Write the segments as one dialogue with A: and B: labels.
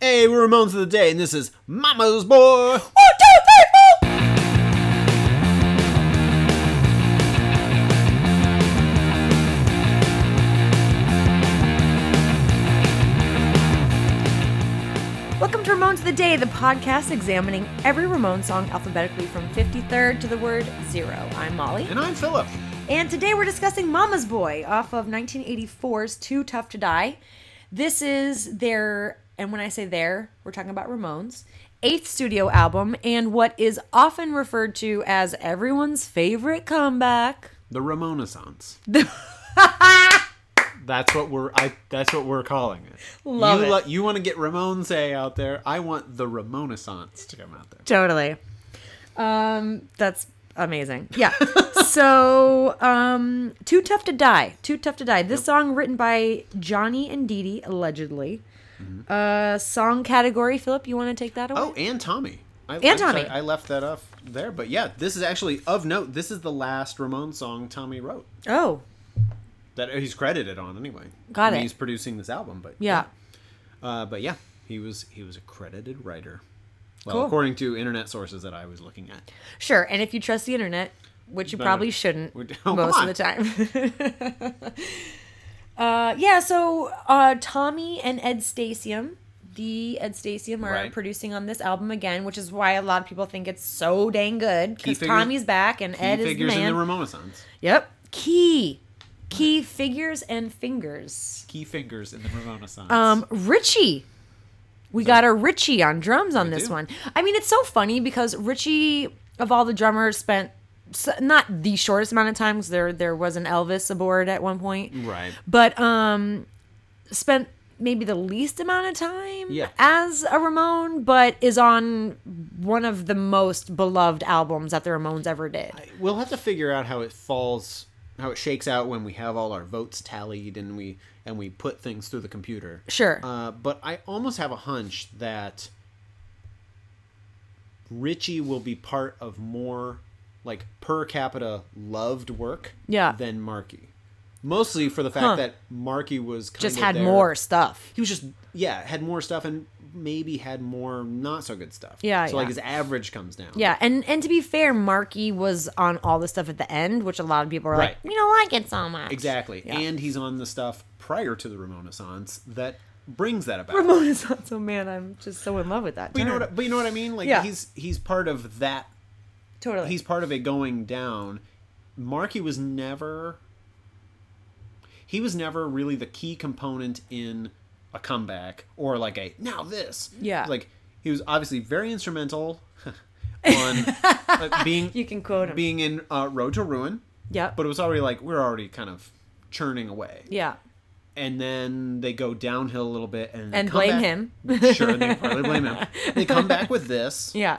A: Hey, we're Ramones of the Day, and this is Mama's Boy.
B: Welcome to Ramones of the Day, the podcast examining every Ramones song alphabetically from 53rd to the word zero. I'm Molly.
A: And I'm Philip.
B: And today we're discussing Mama's Boy off of 1984's Too Tough to Die. This is their, and when I say their, we're talking about Ramones, eighth studio album and what is often referred to as everyone's favorite comeback.
A: The Ramonaissance. that's what we're I that's what we're calling it.
B: Love
A: you
B: it.
A: you want to get Ramones out there. I want the Ramonaissance to come out there.
B: Totally. Um, that's amazing. Yeah. so, um, Too Tough to Die. Too Tough to Die. This song written by Johnny and Dee Dee, allegedly. Uh, song category, Philip, you want to take that away?
A: Oh, and Tommy. I,
B: And Tommy.
A: I left that off there, but yeah, this is actually of note. This is the last Ramones song Tommy wrote
B: Oh,
A: that he's credited on anyway.
B: Got
A: I mean,
B: it.
A: He's producing this album, but
B: yeah.
A: Uh, but yeah, he was he was a credited writer. Well,
B: Cool.
A: according to internet sources that I was looking at.
B: Sure. And if you trust the internet, which you
A: But-
B: probably shouldn't
A: Would- Oh, come
B: most
A: on.
B: of the time. uh, yeah, so uh, Tommy and Ed Stasium, the Ed Stasium, are
A: Right.
B: producing on this album again, which is why a lot of people think it's so dang good
A: Key
B: because
A: figures-
B: Tommy's back and Ed
A: He
B: is the
A: figures in
B: man.
A: the Ramonaissance.
B: yep, key, key figures and fingers.
A: Key fingers in the Ramonaissance.
B: Um, Richie. We got a Richie on drums on this
A: do.
B: one. I mean, it's so funny because Richie, of all the drummers, spent s not the shortest amount of time 'cause there there was an Elvis aboard at one point,
A: right.
B: but um, spent maybe the least amount of time
A: Yeah.
B: as a Ramon, but is on one of the most beloved albums that the Ramones ever did.
A: We'll have to figure out how it falls, how it shakes out when we have all our votes tallied and we and we put things through the computer.
B: Sure.
A: Uh, but I almost have a hunch that Richie will be part of more like per capita loved work
B: Yeah.
A: than Marky. Mostly for the fact
B: Huh.
A: that Marky was kind
B: Just
A: of
B: had
A: there-
B: more stuff.
A: He was just yeah, had more stuff and maybe had more not so good stuff.
B: Yeah,
A: So like
B: yeah.
A: his average comes down.
B: Yeah, and and to be fair, Marky was on all the stuff at the end, which a lot of people are
A: Right.
B: like, we don't like it so much.
A: Exactly.
B: Yeah.
A: And he's on the stuff prior to the Ramonaissance that brings that about.
B: Ramona's not so man. I'm just so in love with that.
A: but you know
B: term.
A: what but you know what I mean? Like
B: Yeah.
A: he's he's part of that
B: totally.
A: he's part of a going down. Marky was never he was never really the key component in a comeback or like a now this.
B: Yeah.
A: Like he was obviously very instrumental on uh, being
B: you can quote him.
A: being in uh, Road to Ruin,
B: yep.
A: but it was already like we're already kind of churning away.
B: yeah.
A: and then they go downhill a little bit and, they
B: And
A: come
B: blame
A: back-
B: him.
A: Sure, they probably blame him. They come back with this,
B: Yeah.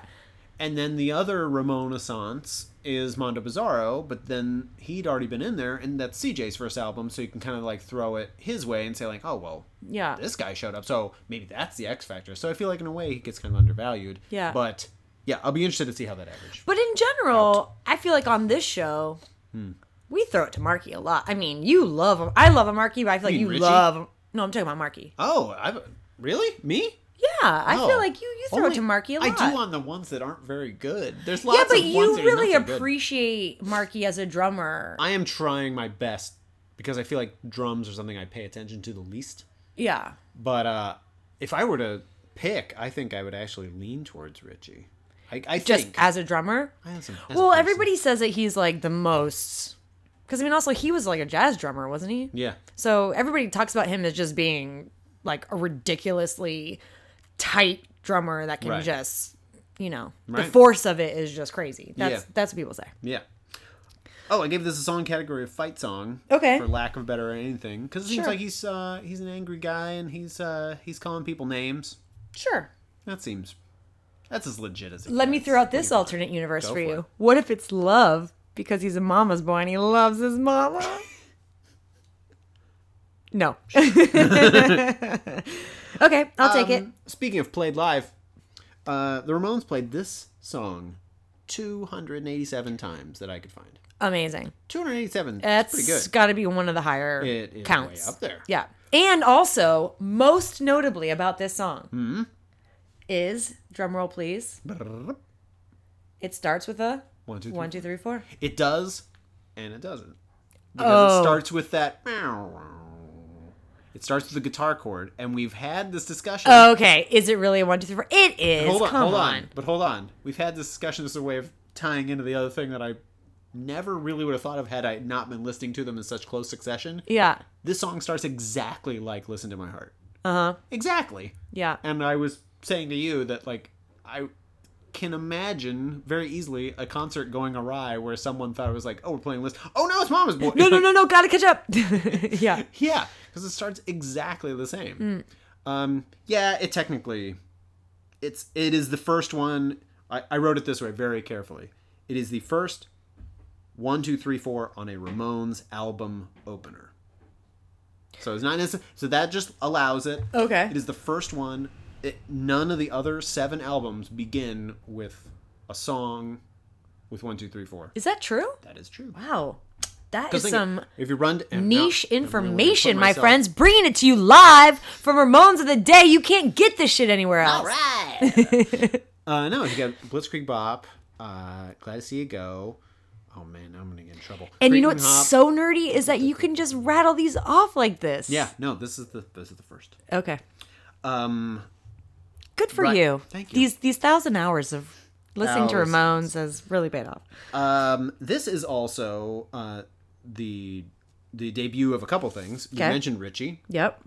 A: and then the other Ramonaissance is Mondo Bizarro, but then he'd already been in there, and that's CJ's first album, so you can kind of like throw it his way and say like, oh well,
B: Yeah.
A: this guy showed up, so maybe that's the X factor. So I feel like in a way he gets kind of undervalued.
B: Yeah.
A: but yeah, I'll be interested to see how that average.
B: But in general, I feel like on this show,
A: Hmm.
B: we throw it to Marky a lot. I mean, you love him. I love a Marky, but I feel like
A: mean
B: you
A: Richie?
B: love. No, I'm talking about Marky.
A: Oh, I really me.
B: Yeah, I
A: Oh.
B: feel like you you throw
A: Only-
B: it to Marky a lot.
A: I do on the ones that aren't very good. There's lots
B: yeah, but
A: of ones
B: you
A: that are not
B: really
A: so good.
B: appreciate Marky as a drummer.
A: I am trying my best because I feel like drums are something I pay attention to the least.
B: yeah.
A: But uh, if I were to pick, I think I would actually lean towards Richie. I, I
B: just
A: think.
B: as a drummer.
A: As a- as a
B: well,
A: person.
B: everybody says that he's like the most, because I mean, also he was like a jazz drummer, wasn't he?
A: Yeah.
B: So everybody talks about him as just being like a ridiculously tight drummer that can
A: Right.
B: just, you know,
A: Right.
B: the force of it is just crazy. That's
A: Yeah.
B: that's what people say.
A: Yeah. Oh, I gave this a song category of fight song.
B: Okay.
A: For lack of better or anything, because it seems
B: Sure.
A: like he's uh, he's an angry guy and he's uh, he's calling people names.
B: Sure.
A: That seems that's as legit as it
B: Let me
A: gets.
B: throw out this alternate universe for
A: for
B: you.
A: it.
B: What if it's love because he's a mama's boy and he loves his mama? no. okay, I'll take it.
A: Um, Speaking of played live, uh, the Ramones played this song 287 times that I could find.
B: Amazing.
A: 287. That's, pretty
B: That's
A: good.
B: got to be one of the higher
A: It is
B: counts
A: way up there. Hmm?
B: Yeah, and also most notably about this song, is drum roll please.
A: Brrrr.
B: It starts with a
A: One, two, three.
B: one, two, three, four.
A: It does, and it doesn't. Because
B: Oh.
A: it starts with that. It starts with the guitar chord, and we've had this discussion.
B: Okay, is it really a one, two, three, four? It is.
A: hold on,
B: Oh, Come
A: hold on.
B: on.
A: But hold on. We've had this discussion as a way of tying into the other thing that I never really would have thought of had I not been listening to them in such close succession.
B: Yeah.
A: This song starts exactly like Listen to My Heart.
B: Uh huh.
A: Exactly.
B: Yeah.
A: And I was saying to you that, like, I can imagine very easily a concert going awry where someone thought it was like, oh, we're playing List. Oh, no, it's Mama's Boy.
B: No, no, no, no. Gotta catch up. yeah.
A: Yeah, because it starts exactly the
B: Mm.
A: same. Um, yeah, it technically, it's it is the first one. I, I wrote it this way very carefully. It is the first one, two, three, four on a Ramones album opener. So it's not necessarily so that just allows it.
B: Okay.
A: It is the first one. It, none of the other seven albums begin with a song with one, two, three, four.
B: Is that true?
A: That is true.
B: Wow. That
A: 'Cause
B: is
A: think
B: some
A: of- if you run to- and now-
B: niche
A: I'm really gonna put
B: information, my
A: myself-
B: friends. Bringing it to you live from Ramones of the Day. You can't get this shit anywhere else.
A: right. uh, no, you got Blitzkrieg Bop. Uh, glad to see you go. Oh man, I'm gonna get in trouble.
B: And you know
A: Cretin
B: what's
A: Hop.
B: so nerdy is that you can just rattle these off like this.
A: Yeah, no, this is the this is the first.
B: Okay.
A: Um,
B: Good for
A: Right.
B: you.
A: Thank you.
B: These these thousand hours of listening to Ramones
A: Thousands.
B: has really paid off.
A: um, this is also uh the the debut of a couple things. You
B: Okay.
A: mentioned Richie.
B: Yep.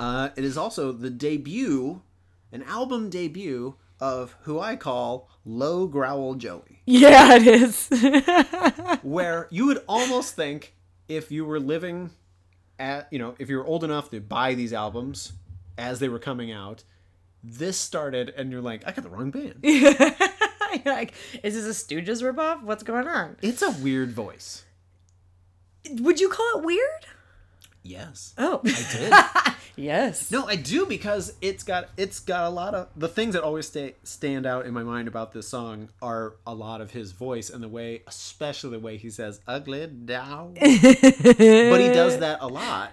A: Uh, it is also the debut, an album debut of who I call Low Growl Joey.
B: Yeah, it is.
A: where you would almost think if you were living at you know if you were old enough to buy these albums as they were coming out this started and you're like i got the wrong band
B: You're like, is this a Stooges ripoff? What's going on?
A: it's a weird voice
B: Would you call it weird?
A: yes
B: Oh,
A: did.
B: yes.
A: no i do because it's got it's got a lot of the things that always stay, stand out in my mind about this song are a lot of his voice and the way especially the way he says ugly down but he does that a lot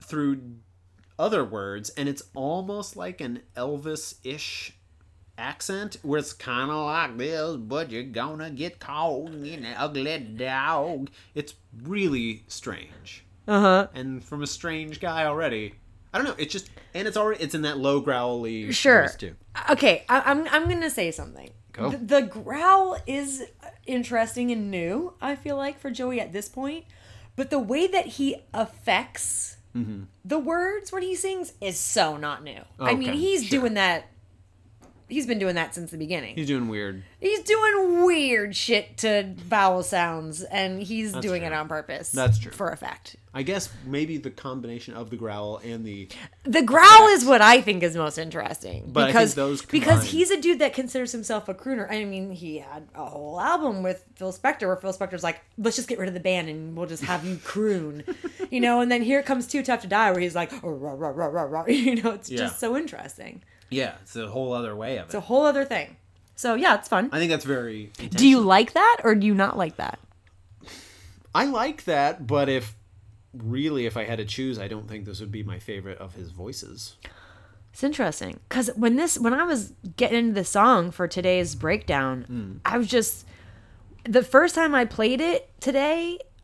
A: through other words and it's almost like an elvis-ish accent where it's kind of like this but you're gonna get caught in an ugly dog it's really strange
B: Uh huh.
A: and from a strange guy already i don't know it's just and it's already it's in that low growly
B: Sure.
A: voice too
B: Okay, I, I'm I'm gonna say something.
A: Go.
B: The, the growl is interesting and new. I feel like for Joey at this point, but the way that he affects
A: Mm-hmm.
B: the words when he sings is so not new. I mean,
A: Okay,
B: he's
A: sure.
B: doing that. He's been doing that since the beginning.
A: he's doing weird
B: He's doing weird shit to vowel sounds, and he's doing it
A: true.
B: on purpose.
A: That's true.
B: For a fact.
A: i guess maybe the combination of the growl and the
B: The growl is what I think is most interesting
A: But I think
B: because
A: those
B: because
A: combined-
B: he's a dude that considers himself a crooner. I mean, he had a whole album with Phil Spector where Phil Spector's like, "Let's just get rid of the band and we'll just have you croon," you know. And then here comes "Too Tough to Die," where he's like, "Oh, "Rah rah rah rah rah," you know. It's
A: Yeah.
B: just so interesting.
A: yeah it's a whole other way of it
B: It's a whole other thing. So yeah, it's fun.
A: i think that's very intense.
B: Do you like that or do you not like that?
A: I like that, but if really if I had to choose, I don't think this would be my favorite of his voices.
B: It's interesting because when this when I was getting into the song for today's breakdown, I was just the first time I played it today.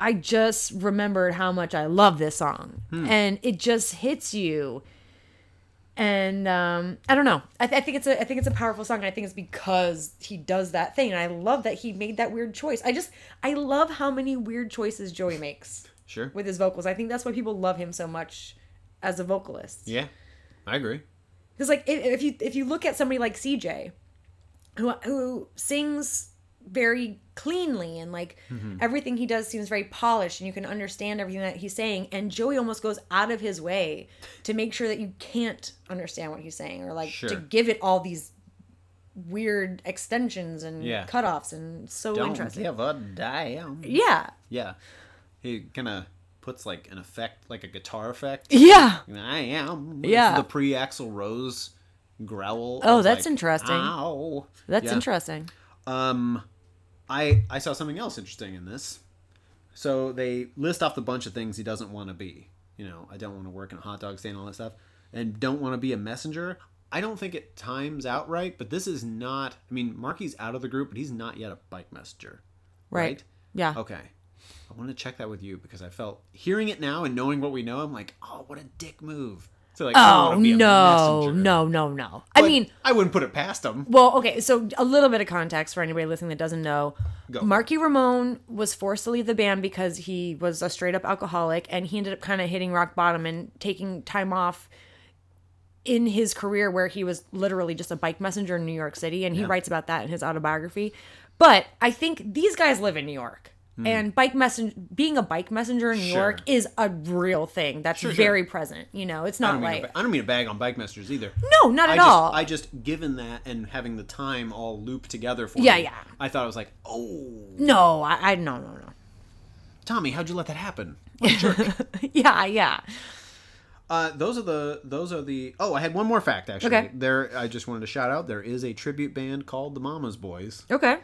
B: I just remembered how much I love this song, and it just hits you. And um, I don't know. I, th- I think it's a I think it's a powerful song, and I think it's because he does that thing. And I love that he made that weird choice. I just I love how many weird choices Joey makes
A: Sure.
B: with his vocals. I think that's why people love him so much as a vocalist.
A: Yeah. I agree.
B: Because like if, if you if you look at somebody like CJ, who who sings very cleanly and like
A: Mm-hmm.
B: everything he does seems very polished and you can understand everything that he's saying and Joey almost goes out of his way to make sure that you can't understand what he's saying or like to
A: Sure.
B: give it all these weird extensions and
A: Yeah.
B: cutoffs and it's so interesting.
A: give a damn.
B: Yeah.
A: Yeah. He kind of puts like an effect, like a guitar effect.
B: Yeah.
A: I am. It's
B: Yeah.
A: the pre Axl Rose growl.
B: Oh,
A: of,
B: that's
A: like,
B: interesting.
A: Ow.
B: That's
A: Yeah.
B: interesting.
A: Um, I I saw something else interesting in this. So they list off the bunch of things he doesn't want to be. You know, I don't want to work in a hot dog stand, all that stuff, and don't want to be a messenger. I don't think it times out right, but this is not. I mean, Marky's out of the group, but he's not yet a bike messenger.
B: Right. Yeah.
A: Okay. I want to check that with you because I felt hearing it now and knowing what we know, I'm like, oh, what a dick move. So like, I
B: Oh
A: wanna be a
B: no,
A: messenger.
B: no, no, no. I
A: But
B: mean,
A: I wouldn't put it past him.
B: well, okay. So a little bit of context for anybody listening that doesn't know.
A: Go.
B: Marky Ramone was forced to leave the band because he was a straight up alcoholic, and he ended up kind of hitting rock bottom and taking time off in his career where he was literally just a bike messenger in New York City, and he writes about that in his autobiography. But I think these guys live in New York. And bike messenger, being a bike messenger in New
A: Hmm. Sure.
B: York is a real thing that's
A: Sure, sure.
B: very present. You know, it's
A: I
B: not
A: don't, mean
B: like
A: to, ba- I don't mean to bag on bike messengers either.
B: no, not
A: I
B: at
A: just,
B: all.
A: I just given that and having the time all looped together for
B: Yeah,
A: me,
B: yeah.
A: I thought I was like, oh,
B: No, I, I no no no.
A: Tommy, how'd you let that happen?
B: yeah, yeah.
A: Uh, those are the those are the oh I had one more fact actually
B: Okay.
A: there I just wanted to shout out there is a tribute band called the Mamas Boys
B: Okay.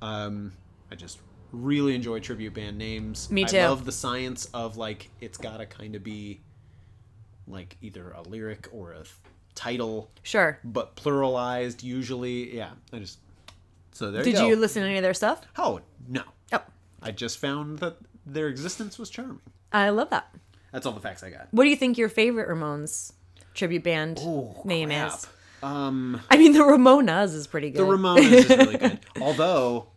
A: um I just really enjoy tribute band names
B: Me too.
A: I love the science of like it's gotta kind of be like either a lyric or a th- title
B: Sure.
A: but pluralized usually yeah I just so there
B: Did
A: you go
B: you listen to any of their stuff?
A: oh no
B: Oh,
A: I just found that their existence was charming
B: I love that.
A: that's all the facts I got
B: What do you think your favorite Ramones tribute band
A: oh
B: name
A: crap.
B: is?
A: um.
B: I mean, the Ramonas is pretty good.
A: The Ramones is really good. Although,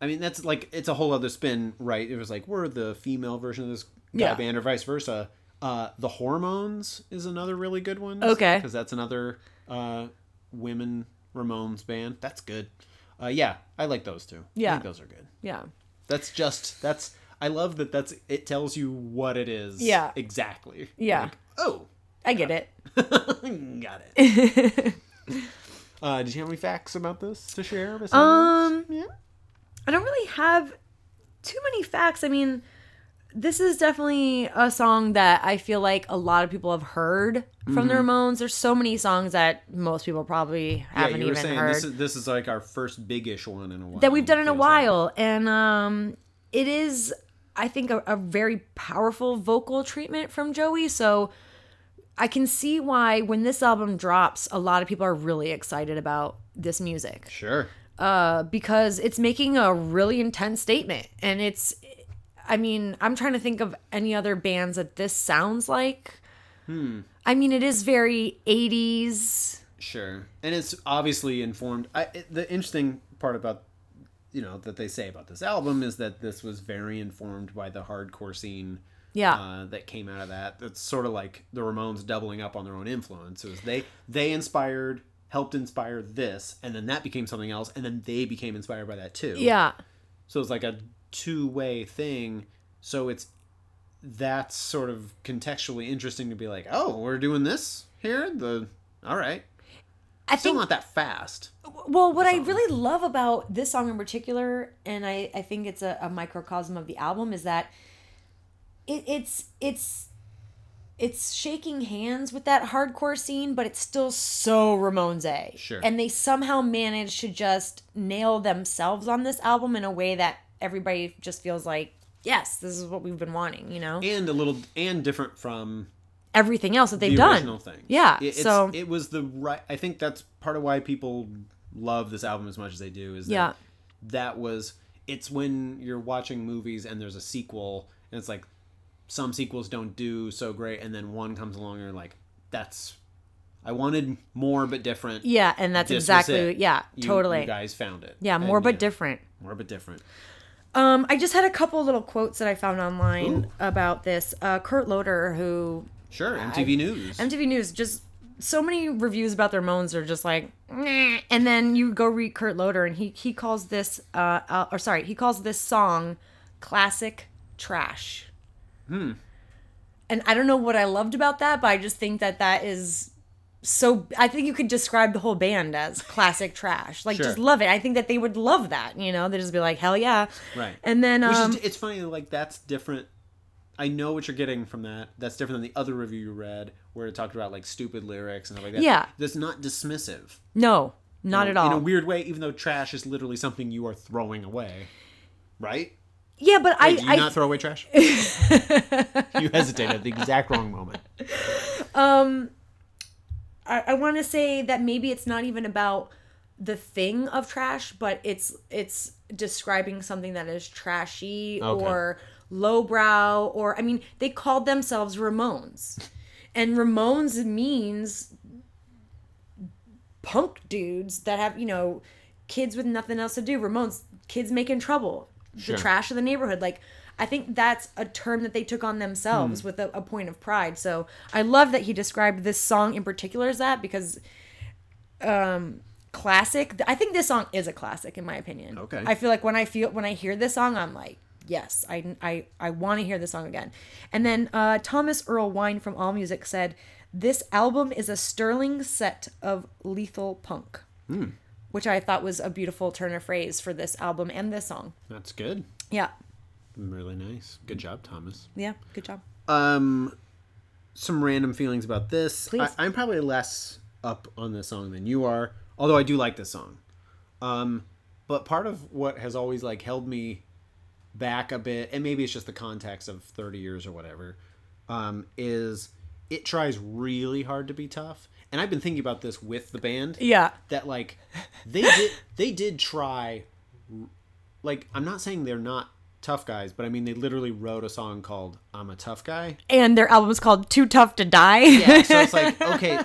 A: I mean, that's like it's a whole other spin, right? It was like we're the female version of this guy
B: Yeah.
A: band, or vice versa. Uh, the Hormones is another really good one.
B: Okay.
A: because that's another uh, women Ramones band. That's good. Uh, yeah, I like those two. I
B: Yeah.
A: think those are good.
B: yeah.
A: That's just that's. I love that. That's it tells you what it is.
B: Yeah.
A: exactly.
B: Yeah.
A: Like, oh,
B: I get it.
A: got it. uh, did you have any facts about this to share? Miss Evans?
B: Um, I don't really have too many facts. I mean, this is definitely a song that I feel like a lot of people have heard from the Ramones. There's so many songs that most people probably haven't even heard.
A: this is, this is like our first big-ish one in a while
B: that we've done in a
A: feels like.
B: while and um it is i think a, a very powerful vocal treatment from joey so i can see why when this album drops a lot of people are really excited about this music
A: Sure.
B: uh because it's making a really intense statement and it's i mean i'm trying to think of any other bands that this sounds like
A: Hmm.
B: i mean it is very 80s
A: Sure. And it's obviously informed. I, it, the interesting part about you know that they say about this album is that this was very informed by the hardcore scene
B: yeah
A: uh, that came out of that. That's sort of like the Ramones doubling up on their own influence. It was they they inspired, helped inspire this, and then that became something else, and then they became inspired by that too.
B: yeah
A: So it's like a two way thing. So it's that's sort of contextually interesting to be like, oh, we're doing this here. The all right,
B: i
A: still
B: think
A: not that fast.
B: Well, what I really love about this song in particular, and I, I think it's a, a microcosm of the album, is that it, it's it's it's shaking hands with that hardcore scene, but it's still so Ramones. A.
A: Sure.
B: And they somehow manage to just nail themselves on this album in a way that everybody just feels like, yes, this is what we've been wanting, you know?
A: And a little and different from
B: Everything else that they've
A: the
B: done.
A: original thing.
B: Yeah,
A: It, it's,
B: so-
A: it was the right. I think that's part of why people love this album as much as they do. Is that
B: Yeah.
A: that was it's when you're watching movies and there's a sequel and it's like some sequels don't do so great and then one comes along and you're like that's I wanted more but different.
B: Yeah, and that's
A: This was
B: exactly
A: it.
B: yeah,
A: You-
B: totally.
A: You guys found it.
B: yeah,
A: And,
B: more but different.
A: More but different.
B: Um, I just had a couple little quotes that I found online
A: Ooh.
B: about this. Uh, Kurt Loder, who
A: Sure, MTV News.
B: MTV News, just so many reviews about their moans are just like, "Nah." and then you go read Kurt Loder, and he he calls this, uh, uh or sorry, he calls this song classic trash. Hmm. And I don't know what I loved about that, but I just think that that is so. I think you could describe the whole band as classic trash. Like,
A: Sure.
B: just love it. I think that they would love that. You know, they'd just be like, hell yeah.
A: right.
B: And then
A: Which
B: um,
A: is, it's funny, like that's different. I know what you're getting from that. That's different than the other review you read where it talked about like stupid lyrics and stuff like that.
B: Yeah.
A: That's not dismissive.
B: No, not at all.
A: In a weird way, even though trash is literally something you are throwing away. Right?
B: yeah, but
A: Wait, do you
B: I, I
A: not throw away trash? you hesitated at the exact wrong moment.
B: I, I want to say that maybe it's not even about the thing of trash, but it's it's describing something that is trashy
A: Okay.
B: or lowbrow or I mean they called themselves Ramones, and Ramones means punk dudes that have you know kids with nothing else to do. Ramones kids making trouble,
A: Sure.
B: the trash of the neighborhood, like. I think that's a term that they took on themselves
A: Hmm.
B: with a, a point of pride. So I love that he described this song in particular as that because um, classic. I think this song is a classic in my opinion.
A: Okay.
B: I feel like when I feel when I hear this song, I'm like, yes, I I I want to hear this song again. And then uh, Thomas Earl Wine from AllMusic said, "This album is a sterling set of lethal punk." Which I thought was a beautiful turn of phrase for this album and this song.
A: That's good.
B: Yeah.
A: Really nice. Good job, Thomas.
B: Yeah. Good job.
A: Um, some random feelings about this.
B: Please.
A: I, I'm probably less up on this song than you are, although I do like this song. Um, but part of what has always like held me back a bit, and maybe it's just the context of 30 years or whatever, um, is it tries really hard to be tough. And I've been thinking about this with the band
B: Yeah.
A: that like they did they did try like I'm not saying they're not tough guys, but I mean they literally wrote a song called I'm a tough guy.
B: And their album is called Too Tough to Die.
A: Yeah, so it's like okay,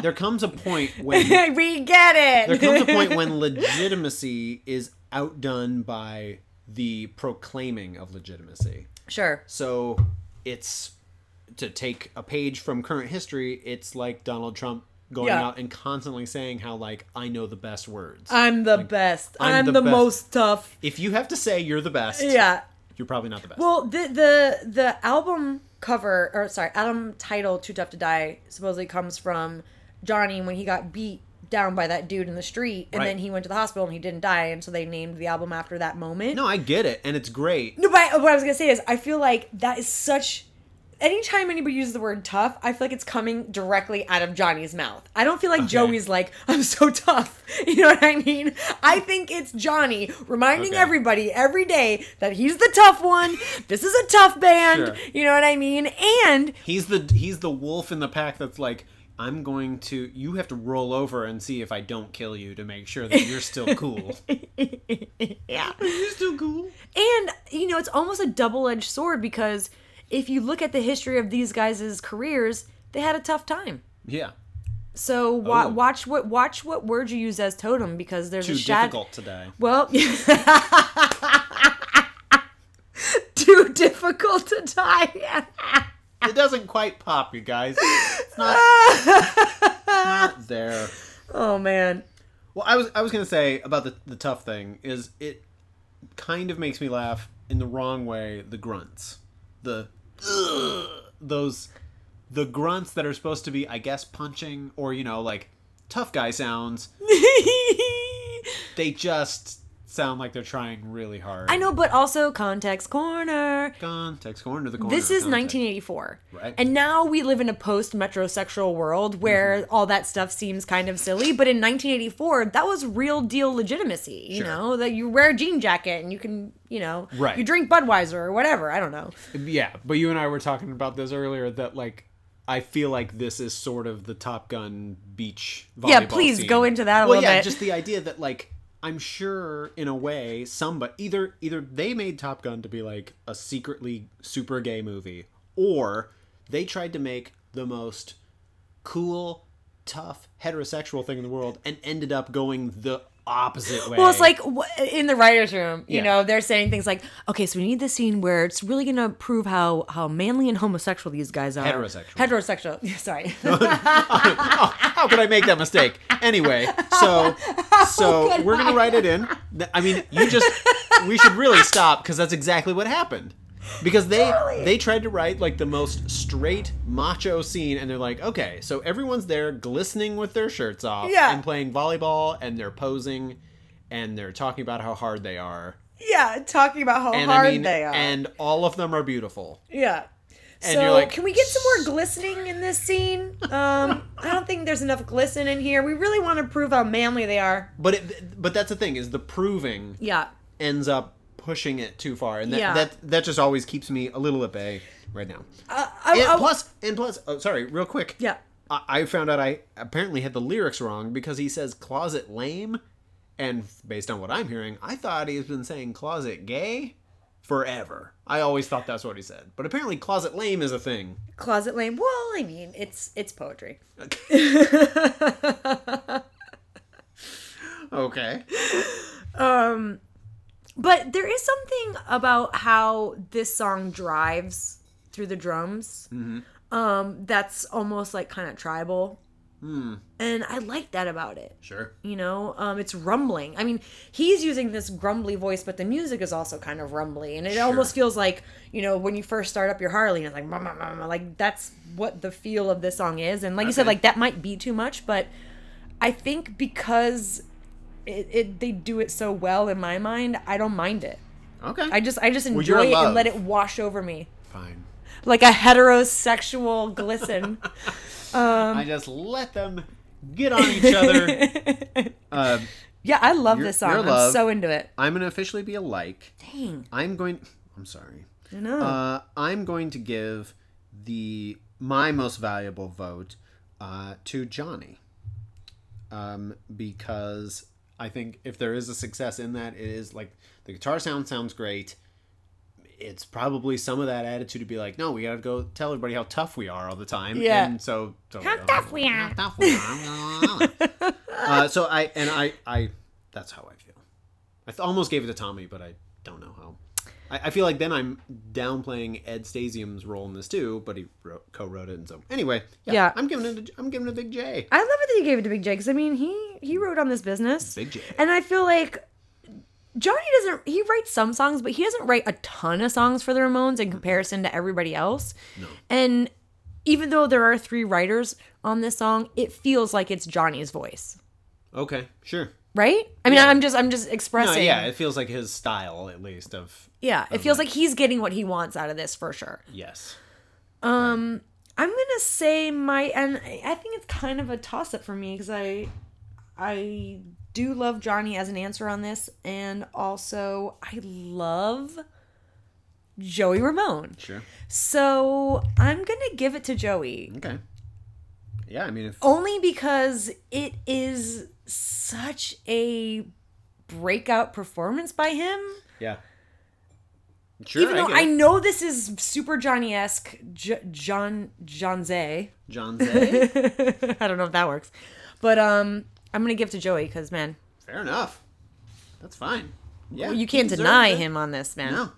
A: there comes a point when
B: we get it.
A: there comes a point when legitimacy is outdone by the proclaiming of legitimacy.
B: sure.
A: So it's to take a page from current history, it's like Donald Trump going
B: Yeah.
A: out and constantly saying how like I know the best words.
B: I'm the best.
A: I'm
B: I'm,
A: the
B: the,
A: best.
B: most tough.
A: if you have to say you're the best,
B: Yeah.
A: you're probably not the best.
B: Well, the the the album cover or sorry, album title "Too Tough to Die" supposedly comes from Johnny when he got beat down by that dude in the street, and
A: Right.
B: then he went to the hospital and he didn't die, and so they named the album after that moment.
A: no, I get it, and it's great.
B: No, but what I was gonna say is, I feel like that is such. Anytime anybody uses the word tough, I feel like it's coming directly out of Johnny's mouth. I don't feel like Joey's like, I'm so tough. You know what I mean? I think it's Johnny reminding
A: Okay.
B: everybody every day that he's the tough one. This is a tough
A: Sure.
B: band. You know what I mean? And
A: He's the he's the wolf in the pack that's like, I'm going to. You have to roll over and see if I don't kill you to make sure that you're still cool.
B: yeah.
A: you're still cool.
B: And you know, it's almost a double-edged sword because if you look at the history of these guys' careers, they had a tough time.
A: Yeah,
B: So wa-
A: Oh.
B: watch what watch what word you use as totem because there's
A: too
B: a shad-
A: difficult to die.
B: Well, too difficult to die.
A: It doesn't quite pop, you guys. It's not, not there.
B: oh man,
A: Well, I was I was gonna say about the the tough thing is it kind of makes me laugh in the wrong way. The grunts, the "Ugh," those the grunts that are supposed to be, I guess, punching or you know like tough guy sounds. They just sound like they're trying really hard.
B: I know, but also context corner.
A: Context corner to the corner.
B: This is
A: context.
B: 1984.
A: Right.
B: And now we live in a post metrosexual world where
A: Mm-hmm.
B: all that stuff seems kind of silly. But in 1984, that was real deal legitimacy. You
A: Sure.
B: know, that you wear a jean jacket and you can, you know,
A: Right.
B: you drink Budweiser or whatever. I don't know.
A: Yeah, but you and I were talking about this earlier that like I feel like this is sort of the Top Gun beach volleyball
B: Yeah, please
A: scene.
B: go into that a
A: well,
B: little
A: yeah,
B: bit.
A: just the idea that like I'm sure in a way somebody either either they made Top Gun to be like a secretly super gay movie or they tried to make the most cool, tough heterosexual thing in the world and ended up going the opposite way.
B: Well, it's like wh- in the writers' room, you
A: Yeah.
B: know, they're saying things like, "Okay, so we need this scene where it's really going to prove how how manly and homosexual these guys are."
A: Heterosexual.
B: Heterosexual. Sorry.
A: how could I make that mistake? Anyway, so so
B: could
A: we're gonna
B: I?
A: write it in. Th- I mean, you just we should really stop because that's exactly what happened. Because they they tried to write like the most straight macho scene, and they're like, okay, so everyone's there glistening with their shirts off
B: Yeah.
A: and playing volleyball, and they're posing, and they're talking about how hard they are,
B: yeah, talking about how
A: and
B: hard
A: I mean,
B: they are.
A: and all of them are beautiful.
B: yeah.
A: and
B: so,
A: you're like-
B: can we get some more glistening in this scene? Um, I don't think there's enough glisten in here. We really want to prove how manly they are.
A: But it, but that's the thing is the proving
B: Yeah.
A: ends up pushing it too far, and that
B: Yeah.
A: that, that just always keeps me a little at bay right now.
B: Uh, I,
A: and
B: I-
A: plus, and plus, oh, sorry, real quick.
B: yeah.
A: I, I found out I apparently had the lyrics wrong because he says closet lame, and based on what I'm hearing, I thought he's been saying closet gay forever. I always thought that's what he said, but apparently closet lame is a thing.
B: Closet lame. Well, I mean, it's it's poetry.
A: Okay.
B: But there is something about how this song drives through the drums um, that's almost like kind of tribal. And I like that about it.
A: Sure.
B: You know, um, it's rumbling. I mean, he's using this grumbly voice, but the music is also kind of rumbly. And it almost feels like, you know, when you first start up your Harley and it's like, "Mah, mah, mah, mah," like that's what the feel of this song is. And like you said,
A: Okay.
B: like that might be too much, but I think because it, it they do it so well in my mind, I don't mind it.
A: Okay.
B: I just I just enjoy
A: you're in
B: it and
A: love.
B: let it wash over me
A: Fine.
B: like a heterosexual glisten. Um.
A: I just let them get on each other. uh,
B: yeah, I love
A: You're-
B: this song.
A: you're
B: I'm
A: loved.
B: so into it.
A: I'm gonna officially be a like.
B: Dang,
A: I'm going. I'm sorry.
B: I know.
A: Uh, I'm going to give the my most valuable vote uh, to Johnny, um, because I think if there is a success in that, it is like the guitar sound sounds great. It's probably some of that attitude to be like, no, we gotta go tell everybody how tough we are all the time.
B: Yeah.
A: And so, so uh,
B: How tough we are.
A: How tough we are. uh, so I and I I that's how I feel. I th- almost gave it to Tommy, but I don't know how. I, I feel like then I'm downplaying Ed Stasium's role in this too, but he wrote, co-wrote it, and so anyway, yeah,
B: Yeah.
A: I'm giving it. A, I'm giving it a big J.
B: I love it that you gave it to Big J because I mean he he wrote on this business,
A: Big J.
B: and I feel like Johnny doesn't. He writes some songs, but he doesn't write a ton of songs for the Ramones in comparison to everybody else. No. And even though there are three writers on this song, it feels like it's Johnny's voice,
A: Okay, sure.
B: right? I mean,
A: Yeah.
B: I'm just I'm just
A: No,
B: expressing.
A: yeah, it feels like his style, at least. Of
B: Yeah, it feels like he's getting what he wants out of this for sure.
A: yes,
B: I'm gonna say my, and I think it's kind of a toss up for me because I, I do love Johnny as an answer on this, and also I love Joey Ramone.
A: sure.
B: So I'm gonna give it to Joey
A: Okay. Yeah, I mean, if,
B: only because it is such a breakout performance by him.
A: yeah. Sure.
B: Even though
A: get
B: I,
A: it.
B: know this is super Johnny esque, J- John John Zay.
A: John Zay.
B: I don't know if that works. But um I'm gonna give to Joey because man,
A: Fair enough. That's fine. Yeah,
B: you
A: he
B: can't
A: deserves
B: deny
A: it.
B: him on this, man.
A: No.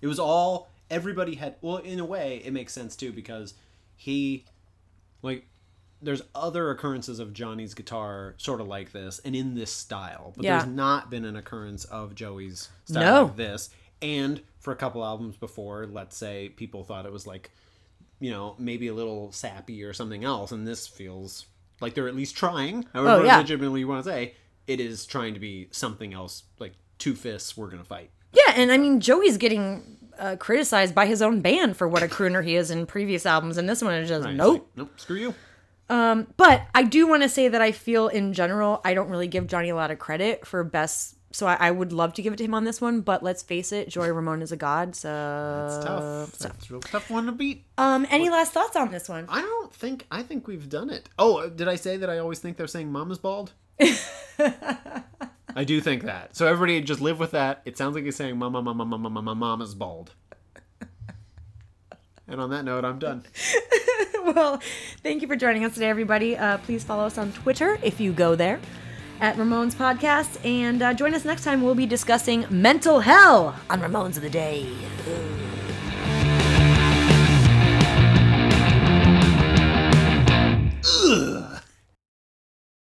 A: It was all everybody had well, in a way, it makes sense too, because he like there's other occurrences of Johnny's guitar sort of like this and in this style. But
B: Yeah.
A: there's not been an occurrence of Joey's style
B: No.
A: like this. And for a couple albums before, let's say people thought it was like, you know, maybe a little sappy or something else, and this feels like they're at least trying. However
B: Oh, yeah.
A: legitimately you want to say, it is trying to be something else, like two fists, we're gonna fight.
B: Yeah, and I mean Joey's getting uh, criticized by his own band for what a crooner he is in previous albums, and this one is just
A: Right, it's
B: nope.
A: like, nope. Screw you.
B: But I do want to say that I feel in general, I don't really give Johnny a lot of credit for best. So I, I would love to give it to him on this one, but let's face it, Joey Ramone is a god. Um, So
A: It's tough. It's a real tough one to beat.
B: um, any last thoughts on this one?
A: I don't think. I think we've done it. Oh, uh, did I say that I always think they're saying "Mama's bald"? I do think that. So everybody just live with that. It sounds like he's saying "Mama, mama, mama, mama, mama's bald." And on that note, I'm done.
B: well, thank you for joining us today, everybody. Uh, please follow us on Twitter if you go there at Ramones Podcast. And uh, join us next time. We'll be discussing mental hell on Ramones of the Day. Ugh.